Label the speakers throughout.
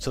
Speaker 1: So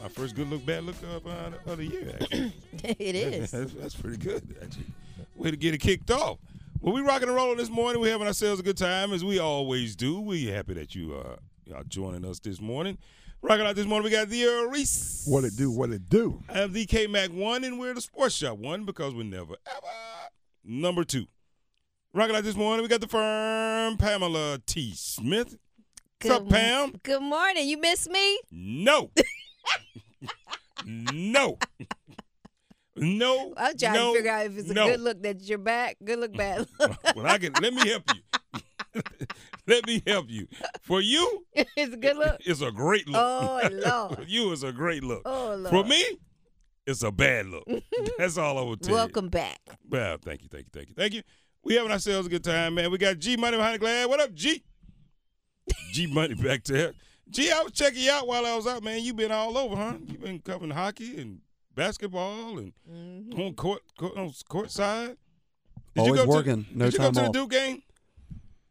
Speaker 2: My first good look, bad look of, uh, of the year. Actually.
Speaker 3: it is.
Speaker 2: That's, that's pretty good, actually. Way to get it kicked off. Well, we rocking and rolling this morning. We're having ourselves a good time, as we always do. We happy that you uh, are joining us this morning. Rocking out this morning, we got the uh, Reese.
Speaker 4: What it do, what it do.
Speaker 2: I have the K Mac 1, and we're the Sports Shop 1 because we're never, ever number 2. Rocking out this morning, we got the firm Pamela T. Smith. What's up,
Speaker 3: Good-
Speaker 2: Pam?
Speaker 3: Good morning. You miss me?
Speaker 2: No. no. No.
Speaker 3: I'm trying
Speaker 2: no,
Speaker 3: to figure out if it's a
Speaker 2: no.
Speaker 3: good look that you're back. Good look, bad look.
Speaker 2: well, I can let me help you. let me help you. For you,
Speaker 3: it's a good look.
Speaker 2: it's a great look.
Speaker 3: Oh
Speaker 2: For
Speaker 3: Lord.
Speaker 2: you, it's a great look.
Speaker 3: Oh Lord.
Speaker 2: For me, it's a bad look. That's all I would tell you.
Speaker 3: Welcome back.
Speaker 2: Well, thank you, thank you, thank you, thank you. We having ourselves a good time, man. We got G Money behind the glass. What up, G? G Money back there. G, I was checking you out while I was out, man. You been all over, huh? You been covering hockey and basketball and on court, court on court side.
Speaker 4: Always
Speaker 2: you go
Speaker 4: working,
Speaker 2: To,
Speaker 4: no
Speaker 2: did you
Speaker 4: time
Speaker 2: go to
Speaker 4: off.
Speaker 2: the Duke game?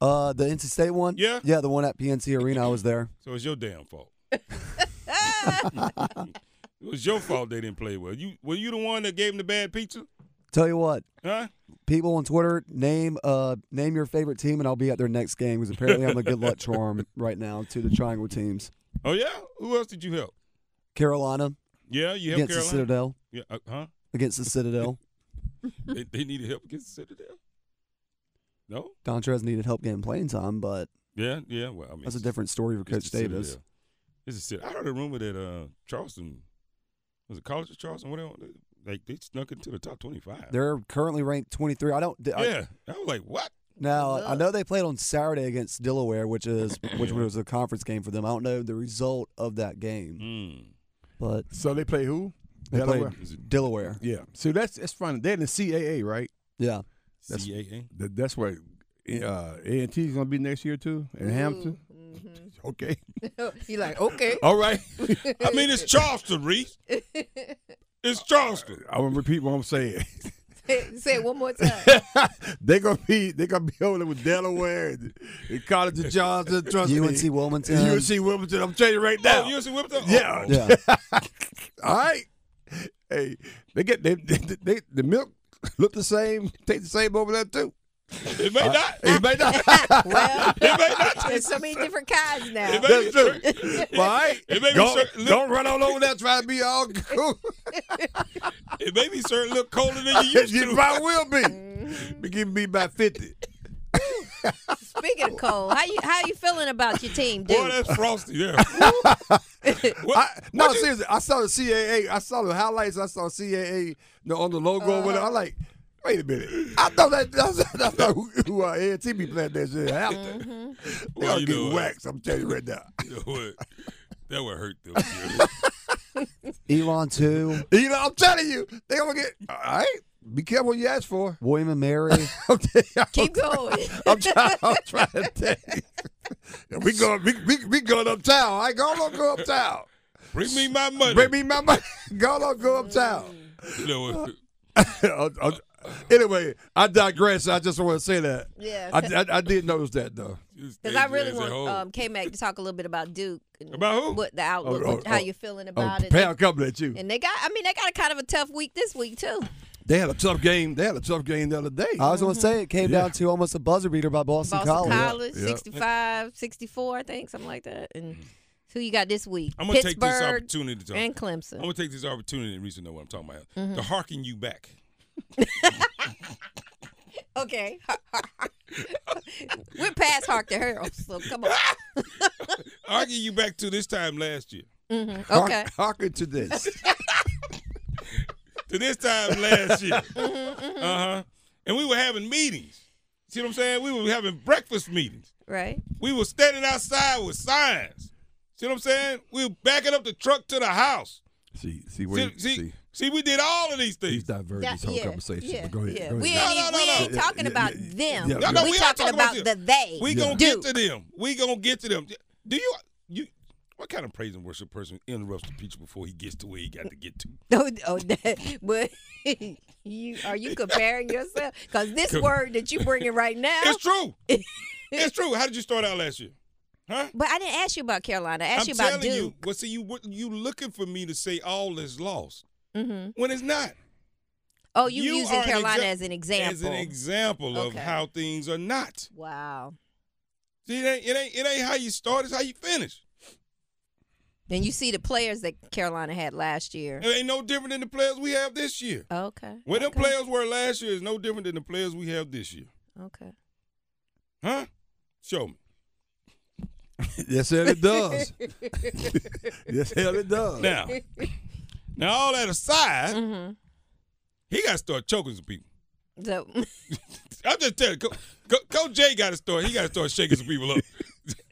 Speaker 4: Uh, the NC State one?
Speaker 2: Yeah.
Speaker 4: Yeah, the one at PNC Arena. I was there.
Speaker 2: So it's your damn fault. it was your fault they didn't play well. You were you the one that gave them the bad pizza,
Speaker 4: Tell you what,
Speaker 2: huh?
Speaker 4: people on Twitter, name uh name your favorite team, and I'll be at their next game because apparently I'm a good luck charm right now to the Triangle teams.
Speaker 2: Oh yeah. Who else did you help?
Speaker 4: Carolina
Speaker 2: Yeah, you helped
Speaker 4: against the
Speaker 2: Carolina.
Speaker 4: Citadel.
Speaker 2: Yeah, uh, huh?
Speaker 4: Against the Citadel,
Speaker 2: they, they needed help against Citadel. No.
Speaker 4: Dontrez needed help getting playing time, but
Speaker 2: Yeah, yeah. Well, I mean,
Speaker 4: that's a different story for
Speaker 2: it's the
Speaker 4: Coach Davis.
Speaker 2: Citadel. It's a Citadel. I heard a rumor that uh, Charleston was it College of Charleston? Whatever. Like they snuck into the top twenty-five.
Speaker 4: They're uh, currently ranked 23. I don't. I,
Speaker 2: yeah, I, was like, what?
Speaker 4: Now
Speaker 3: Good
Speaker 4: I
Speaker 3: luck.
Speaker 4: know they played on Saturday against Delaware, which is which was a conference game for them. I don't know the result of that game,
Speaker 2: Mm.
Speaker 4: but
Speaker 5: So they play who?
Speaker 4: they
Speaker 5: Delaware.
Speaker 4: played Delaware.
Speaker 5: Yeah. So that's that's fun. They're in the CAA, right?
Speaker 4: Yeah,
Speaker 5: That's-
Speaker 2: CAA.
Speaker 5: That, that's where uh, A and T is going to be next year too in Hampton. Okay.
Speaker 3: you like okay?
Speaker 5: All right.
Speaker 2: I mean, it's Charleston, Reese. It's Charleston.
Speaker 5: I'm gonna repeat what I'm saying.
Speaker 3: Say it one more time.
Speaker 5: they're gonna be they're gonna be over there with Delaware and, and College of Johnson. Trust
Speaker 4: UNC
Speaker 5: me.
Speaker 4: Wilmington.
Speaker 5: UNC Wilmington. I'm telling you right now.
Speaker 2: Oh, you see Whipped up?
Speaker 5: Yeah.
Speaker 2: Oh,
Speaker 4: yeah,
Speaker 5: All right. Hey, they get they, they, they the milk look the same, taste the same over there too.
Speaker 2: Oh, It may not.
Speaker 5: It may not.
Speaker 3: well,
Speaker 2: It may not.
Speaker 3: there's so many different kinds now.
Speaker 2: It may be
Speaker 5: That's true.
Speaker 2: certain-
Speaker 5: All right.
Speaker 2: It may be
Speaker 5: don't,
Speaker 2: certain-
Speaker 5: don't run on over there. Try to be all cool.
Speaker 2: It may be certain look colder than you used
Speaker 5: you
Speaker 2: to.
Speaker 5: probably will be. Be giving me about fifty.
Speaker 3: Speaking of cold, how you how you feeling about your team, dude?
Speaker 2: Boy, that's frosty. Yeah. What-
Speaker 5: I, no,
Speaker 2: what you-
Speaker 5: seriously, I saw the CAA. I saw the highlights. I saw CAA the- on the logo.
Speaker 2: Uh-huh.
Speaker 5: over there. I'm like, wait a minute. I thought that that's, that's not who, who uh, AT be playing that shit. Hampton. They
Speaker 2: Mm-hmm. Well,
Speaker 5: are
Speaker 2: you know
Speaker 5: getting
Speaker 2: it.
Speaker 5: waxed. I'm telling you right now.
Speaker 2: You know what? That would hurt them. yeah.
Speaker 4: Elon two,
Speaker 5: You know, I'm telling you, they gonna get. All right, be careful what you ask for.
Speaker 4: William and Mary.
Speaker 5: I'm telling you,
Speaker 3: Keep going.
Speaker 5: I'm trying. I'm trying to tell you. We going. We, we, we going uptown. I go on, go uptown.
Speaker 2: Bring me my money.
Speaker 5: Bring me my money. Go on, go
Speaker 2: Mm.
Speaker 5: uptown.
Speaker 2: You know what?
Speaker 5: I- I- anyway, I digress. I just want to say that.
Speaker 3: Yeah.
Speaker 5: I, I, I did notice that though.
Speaker 3: Because I really want um, K Mac to talk a little bit about Duke. And
Speaker 2: About who?
Speaker 3: What the outlook?
Speaker 5: Oh,
Speaker 3: what-
Speaker 5: oh,
Speaker 3: how
Speaker 5: oh.
Speaker 3: you feeling
Speaker 5: Oh,
Speaker 3: about it?
Speaker 5: Pal coming at you.
Speaker 3: And they got. I mean, they got a kind of a tough week this week too.
Speaker 5: They had a tough game. They had a tough game the other day.
Speaker 4: I was going to say it came
Speaker 5: Yeah.
Speaker 4: down to almost a buzzer beater by Boston,
Speaker 3: Boston
Speaker 4: College.
Speaker 3: College,
Speaker 5: Yeah.
Speaker 3: 65, 64, I think, something like that. And who you got this week?
Speaker 2: I'm gonna take
Speaker 3: Pittsburgh
Speaker 2: this opportunity to talk.
Speaker 3: and Mm-hmm.
Speaker 2: I'm
Speaker 3: Clemson.
Speaker 2: gonna take this opportunity, and Reese will know what I'm talking about, to harken you back.
Speaker 3: okay. We're past Hark the Herald, so come on.
Speaker 2: Harken you back to this time last year.
Speaker 3: Okay.
Speaker 5: Harken to this.
Speaker 2: To this time last year.
Speaker 3: Mm-hmm,
Speaker 2: Uh-huh. Uh huh. And we were having meetings. See what I'm saying? We were having breakfast meetings.
Speaker 3: Right.
Speaker 2: We were standing outside with signs. See what I'm saying? We were backing up the truck to the house.
Speaker 5: See, see where
Speaker 2: See,
Speaker 5: you, see,
Speaker 2: see, see, we did all of these
Speaker 5: he's
Speaker 2: things.
Speaker 5: diverting this
Speaker 3: That-
Speaker 5: whole
Speaker 3: yeah,
Speaker 5: conversation.
Speaker 3: yeah,
Speaker 5: but go ahead.
Speaker 3: yeah.
Speaker 5: Go ahead.
Speaker 3: We
Speaker 2: No,
Speaker 3: ain't,
Speaker 2: no,
Speaker 3: we
Speaker 2: no,
Speaker 3: ain't
Speaker 5: no.
Speaker 3: talking
Speaker 5: Yeah,
Speaker 3: about
Speaker 5: yeah,
Speaker 3: them.
Speaker 5: yeah. No, no,
Speaker 3: we,
Speaker 2: we are
Speaker 3: talking
Speaker 2: talking
Speaker 3: about
Speaker 2: about
Speaker 3: the they.
Speaker 2: We
Speaker 5: Yeah.
Speaker 2: gonna
Speaker 3: do.
Speaker 2: get to them. We gonna get to them. Do you you what kind of praise and worship person interrupts the preacher before he gets to where he got to get to?
Speaker 3: Oh, oh that, but you are you comparing yourself? Because this word that you bringing right now.
Speaker 2: It's true. it's true. How did you start out last year? Huh?
Speaker 3: But I didn't ask you about Carolina. I asked
Speaker 2: I'm
Speaker 3: you
Speaker 2: telling
Speaker 3: about
Speaker 2: you.
Speaker 3: Duke.
Speaker 2: Well, see, you what- you looking for me to say all is lost
Speaker 3: Mm-hmm.
Speaker 2: when it's not.
Speaker 3: Oh, you, using
Speaker 2: are an
Speaker 3: Carolina
Speaker 2: exa-
Speaker 3: as an example.
Speaker 2: As an example of
Speaker 3: Okay.
Speaker 2: how things are not.
Speaker 3: wow.
Speaker 2: See, it ain't, it ain't it ain't how you start. It's how you finish.
Speaker 3: Then you see the players that Carolina had last year.
Speaker 2: It ain't no different than the players we have this year.
Speaker 3: Okay.
Speaker 2: Where them
Speaker 3: okay.
Speaker 2: players were last year is no different than the players we have this year.
Speaker 3: Okay.
Speaker 2: Huh? Show me.
Speaker 5: yes, hell it does. yes, hell it does.
Speaker 2: Now, now all that aside, he got to start choking some people.
Speaker 3: So,
Speaker 2: I'm just telling you, Co- Co- Coach Jay got to start. He got to start shaking some people up.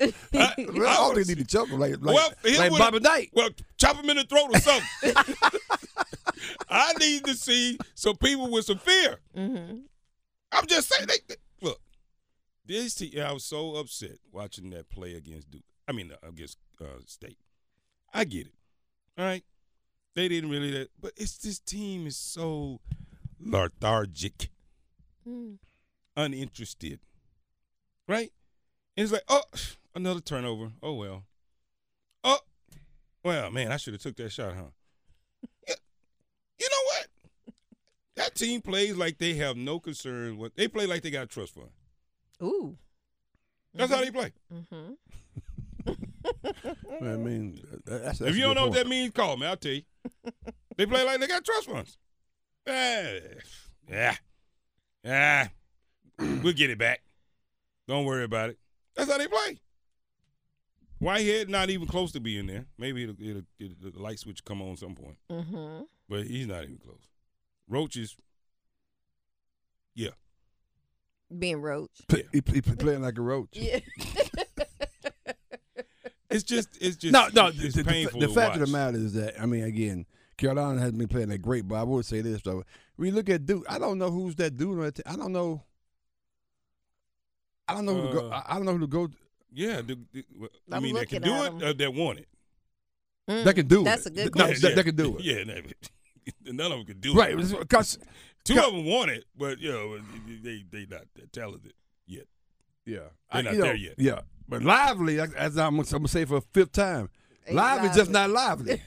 Speaker 2: I, I
Speaker 6: Well, I don't
Speaker 2: wanna
Speaker 6: think
Speaker 2: see-
Speaker 6: they need to choke him like, like,
Speaker 2: well, he
Speaker 6: like
Speaker 2: would've-
Speaker 6: Bobby Knight.
Speaker 2: Well, chop him in the throat or something. I need to see some people with some fear.
Speaker 3: mm-hmm.
Speaker 2: I'm just saying. They, they- look, this team. I was so upset watching that play against Duke. I mean, uh, against uh, State. I get it. All right, they didn't really. That, but it's this team is so lethargic, uninterested. Right? it's like, oh, another turnover. Oh well. Oh, well, man, I should have took that shot, huh? Yeah. You know what? That team plays like they have no concern. What they play like they got a trust fund.
Speaker 3: ooh.
Speaker 2: That's how they play.
Speaker 5: Mm-hmm. I mean, that- that's,
Speaker 2: if you don't know what that means, call me. I'll tell you. they play like they got trust funds. Eh, Yeah, yeah, we'll get it back. Don't worry about it. That's how they play. Whitehead not even close to being there. Maybe it'll, it'll, it'll, the light switch come on some point.
Speaker 3: Mm-hmm.
Speaker 2: but he's not even close. Roach is, yeah,
Speaker 3: Being roach.
Speaker 2: means.
Speaker 5: He, he playing like a roach.
Speaker 3: Yeah.
Speaker 2: it's just, it's just,
Speaker 5: no, no.
Speaker 2: it's
Speaker 5: the, the-
Speaker 2: painful.
Speaker 5: the
Speaker 2: to
Speaker 5: fact of
Speaker 2: watch.
Speaker 5: the matter is that I mean, again, Carolina has been playing that great, but I would say this though: when you look at Duke, I don't know who's that dude. On that team. I don't know. I don't know who to go.
Speaker 2: Uh,
Speaker 5: I I don't know who to go.
Speaker 2: yeah, the, the, well, I
Speaker 3: I'm
Speaker 2: mean, that can do
Speaker 3: looking at
Speaker 2: it,
Speaker 3: him.
Speaker 2: or that want it.
Speaker 3: Mm,
Speaker 5: That can do
Speaker 3: That's
Speaker 5: it.
Speaker 3: a good
Speaker 5: No,
Speaker 3: question.
Speaker 5: that- that can do it.
Speaker 2: Yeah, that- none of them can do
Speaker 5: Right,
Speaker 2: it.
Speaker 5: because
Speaker 2: two of them want it, but you know, they they not that talented yet.
Speaker 5: yeah,
Speaker 2: They're
Speaker 5: I-
Speaker 2: not
Speaker 5: you know,
Speaker 2: there yet.
Speaker 5: Yeah, but lively, like, as I'm, I'm gonna say for a fifth time,
Speaker 3: Ain't
Speaker 5: lively is just
Speaker 3: lively.
Speaker 5: not lively.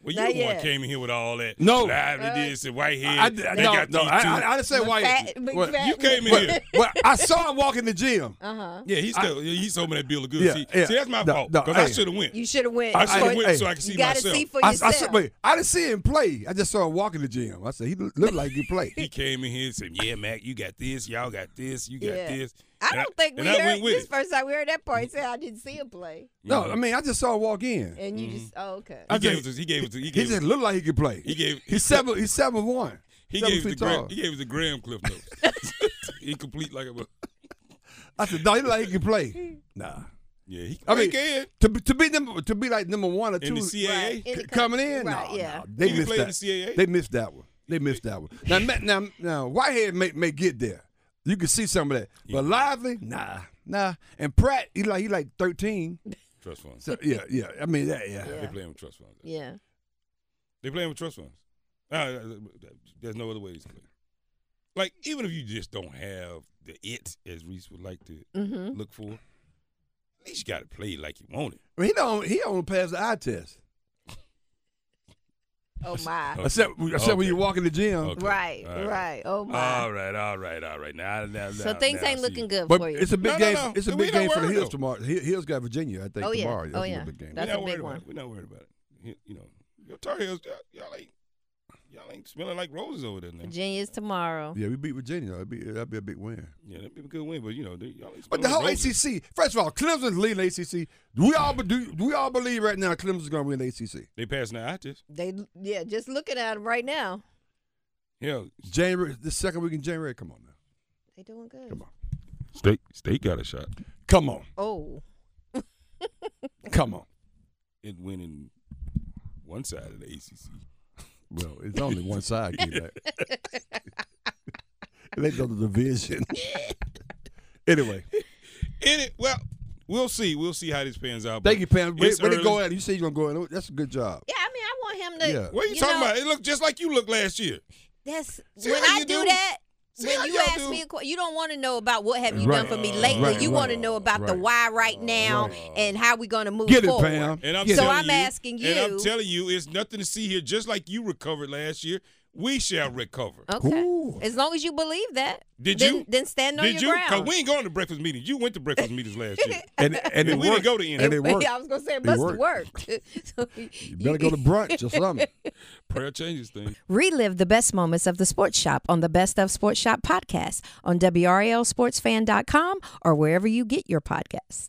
Speaker 2: Well,
Speaker 3: Not
Speaker 2: you the one
Speaker 3: yet. Uh,
Speaker 2: came in here with all that.
Speaker 5: No.
Speaker 2: live it is and white
Speaker 5: I, I,
Speaker 2: head.
Speaker 5: no,
Speaker 2: they got
Speaker 5: no,
Speaker 2: these
Speaker 5: I,
Speaker 2: two.
Speaker 5: I, I didn't say why.
Speaker 3: fat- big
Speaker 5: well,
Speaker 3: fat-
Speaker 2: you came in
Speaker 5: well,
Speaker 2: here.
Speaker 5: well, I saw him walk in the gym.
Speaker 3: uh-huh.
Speaker 2: Yeah, he's still, he's home in that bill of goods.
Speaker 5: Yeah,
Speaker 2: see,
Speaker 5: yeah.
Speaker 2: see, that's my
Speaker 5: No,
Speaker 2: fault
Speaker 5: no,
Speaker 2: because I
Speaker 5: hey.
Speaker 2: should have went.
Speaker 3: You should have went.
Speaker 2: I should have
Speaker 3: for-
Speaker 2: went
Speaker 5: hey.
Speaker 2: so I could see
Speaker 3: you gotta
Speaker 2: myself.
Speaker 3: see for
Speaker 5: I, I,
Speaker 3: yourself.
Speaker 5: said, wait, I didn't see him play. I just saw him walk in the gym. I said, he looked like he played.
Speaker 2: He came in here and said, "Yeah, Mac, you got this. Y'all got this. You got
Speaker 3: Yeah.
Speaker 2: this."
Speaker 3: I
Speaker 2: And
Speaker 3: don't think we
Speaker 2: and I
Speaker 3: heard
Speaker 2: went with
Speaker 3: this
Speaker 2: it.
Speaker 3: first time we heard that part. He said I didn't see him play,
Speaker 5: no, I mean, I just saw him walk in.
Speaker 3: and
Speaker 2: Mm-hmm.
Speaker 3: you just oh, okay.
Speaker 2: He
Speaker 5: I
Speaker 2: gave,
Speaker 5: just-
Speaker 2: us, he gave us. He
Speaker 5: He
Speaker 2: gave.
Speaker 5: just
Speaker 2: us-
Speaker 5: looked like he could play.
Speaker 2: He gave.
Speaker 5: He's seven. He's seven one.
Speaker 2: He
Speaker 5: seven
Speaker 2: gave us
Speaker 5: feet
Speaker 2: the. Gra-
Speaker 5: tall.
Speaker 2: he gave us the Graham Cliff notes. Incomplete like a. bu-
Speaker 5: I said, no, he look like he could play. Nah.
Speaker 2: Yeah, he,
Speaker 5: I
Speaker 2: I
Speaker 5: mean,
Speaker 2: he can.
Speaker 5: To be, to be number to be like number one or two
Speaker 2: In the CAA,
Speaker 3: Right. In the
Speaker 5: c-
Speaker 3: co-
Speaker 5: coming in.
Speaker 3: right,
Speaker 5: no,
Speaker 3: yeah.
Speaker 5: no, they
Speaker 2: He can
Speaker 5: missed
Speaker 2: play in
Speaker 5: that.
Speaker 2: the CAA.
Speaker 5: They missed that one. They missed that one. Now, Ma- now, now, Whitehead may, may get there. You can see some of that, but Lively, nah, nah. And Pratt, he like he like thirteen.
Speaker 2: trust funds.
Speaker 5: So yeah, yeah. I mean, that, yeah.
Speaker 2: They
Speaker 3: Yeah.
Speaker 2: playing with trust funds.
Speaker 3: Yeah.
Speaker 2: They playing with trust funds. Uh, there's no other way to play. Like even if you just don't have the it as Reese would like to
Speaker 3: Mm-hmm.
Speaker 2: look for, at least you got to play like you want it.
Speaker 5: Well, he don't he don't pass the eye test.
Speaker 3: Oh my.
Speaker 2: Okay.
Speaker 5: Except except when you
Speaker 2: Okay.
Speaker 5: walk in the gym.
Speaker 2: Okay.
Speaker 3: Right.
Speaker 2: All right.
Speaker 3: Right. Oh my.
Speaker 2: All right, all right, all right. Now, now,
Speaker 3: so
Speaker 2: now-
Speaker 3: things
Speaker 2: now I
Speaker 3: ain't
Speaker 2: see.
Speaker 3: looking good
Speaker 5: But
Speaker 3: for you.
Speaker 5: it's a
Speaker 2: No,
Speaker 5: big
Speaker 2: no,
Speaker 5: game.
Speaker 2: no.
Speaker 5: It's a
Speaker 2: We
Speaker 5: big
Speaker 2: not
Speaker 5: game for the
Speaker 2: worried,
Speaker 5: Hills
Speaker 2: though.
Speaker 5: tomorrow. He- Hills got Virginia, I think
Speaker 3: Oh, yeah.
Speaker 5: tomorrow.
Speaker 3: Oh,
Speaker 5: another
Speaker 3: yeah.
Speaker 5: big game.
Speaker 3: That's-
Speaker 2: We're not
Speaker 3: a
Speaker 2: worried
Speaker 3: big
Speaker 2: about
Speaker 3: one.
Speaker 2: it. We're not worried about it. You- You know, your Tar Heels, y'all, y'all ain't, y'all ain't smelling like roses over there now.
Speaker 3: Virginia's tomorrow.
Speaker 5: yeah, we beat Virginia. That'd be, that'd be a big win.
Speaker 2: Yeah, that'd be a good win, but you know, they, y'all ain't smelling
Speaker 5: But the whole
Speaker 2: like roses.
Speaker 5: ACC. First of all, Clemson's leading the ACC. Do we all be- do, do we all believe right now Clemson's going to win the ACC?
Speaker 2: They passing the eye test.
Speaker 3: They yeah, just looking at them right now.
Speaker 2: Yeah,
Speaker 5: January, the second week in January. Come on now.
Speaker 3: They doing good.
Speaker 5: Come on.
Speaker 2: State State got a shot.
Speaker 5: Come on,
Speaker 3: Oh,
Speaker 5: come on.
Speaker 2: It went in one side of the ACC.
Speaker 5: Well, it's only one side. K-Mac.
Speaker 7: They go to the division.
Speaker 5: Anyway,
Speaker 2: In it, well, we'll see. We'll see how this pans out. but
Speaker 5: thank you, Pam. Where,
Speaker 2: it's
Speaker 5: where they
Speaker 2: early.
Speaker 5: go at? You said you're gonna go at. That's a good job.
Speaker 3: yeah. I mean, I want him to.
Speaker 5: Yeah.
Speaker 2: What are you, talking
Speaker 3: know,
Speaker 2: about? It looked just like you looked last year.
Speaker 3: That's
Speaker 2: See
Speaker 3: when
Speaker 2: how
Speaker 3: I
Speaker 2: you
Speaker 3: do,
Speaker 2: do?
Speaker 3: that.
Speaker 2: See how
Speaker 3: when you
Speaker 2: y'all
Speaker 3: ask
Speaker 2: do?
Speaker 3: me a question, you don't want to know about what have you
Speaker 5: Right.
Speaker 3: done for me lately.
Speaker 5: Right,
Speaker 3: you
Speaker 5: right.
Speaker 3: want to know about the
Speaker 5: Right.
Speaker 3: why right now and how we're going to move
Speaker 5: Get it,
Speaker 3: forward.
Speaker 5: Pam.
Speaker 2: And I'm
Speaker 3: So
Speaker 2: telling
Speaker 3: I'm
Speaker 2: you-
Speaker 3: asking
Speaker 2: And I'm
Speaker 3: you-
Speaker 2: telling you, it's nothing to see here. Just like you recovered last year, we shall recover.
Speaker 3: Okay. As long as you believe that.
Speaker 2: Did
Speaker 3: then,
Speaker 2: you-
Speaker 3: Then stand on
Speaker 2: Did you?
Speaker 3: your
Speaker 2: Because
Speaker 3: ground.
Speaker 2: we ain't going to breakfast meetings. You went to breakfast meetings last year.
Speaker 5: And and it
Speaker 2: we didn't
Speaker 5: worked.
Speaker 2: go to any.
Speaker 5: And it worked.
Speaker 3: Yeah, I was gonna say it must have
Speaker 5: worked.
Speaker 3: worked. So
Speaker 5: You better go to brunch or something.
Speaker 2: Prayer changes things.
Speaker 3: Relive the best moments of the Sports Shop on the Best of Sports Shop podcast on WRLSportsFan.com or wherever you get your podcasts.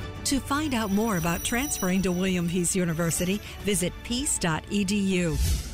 Speaker 8: To find out more about transferring to William Peace University, visit peace.edu.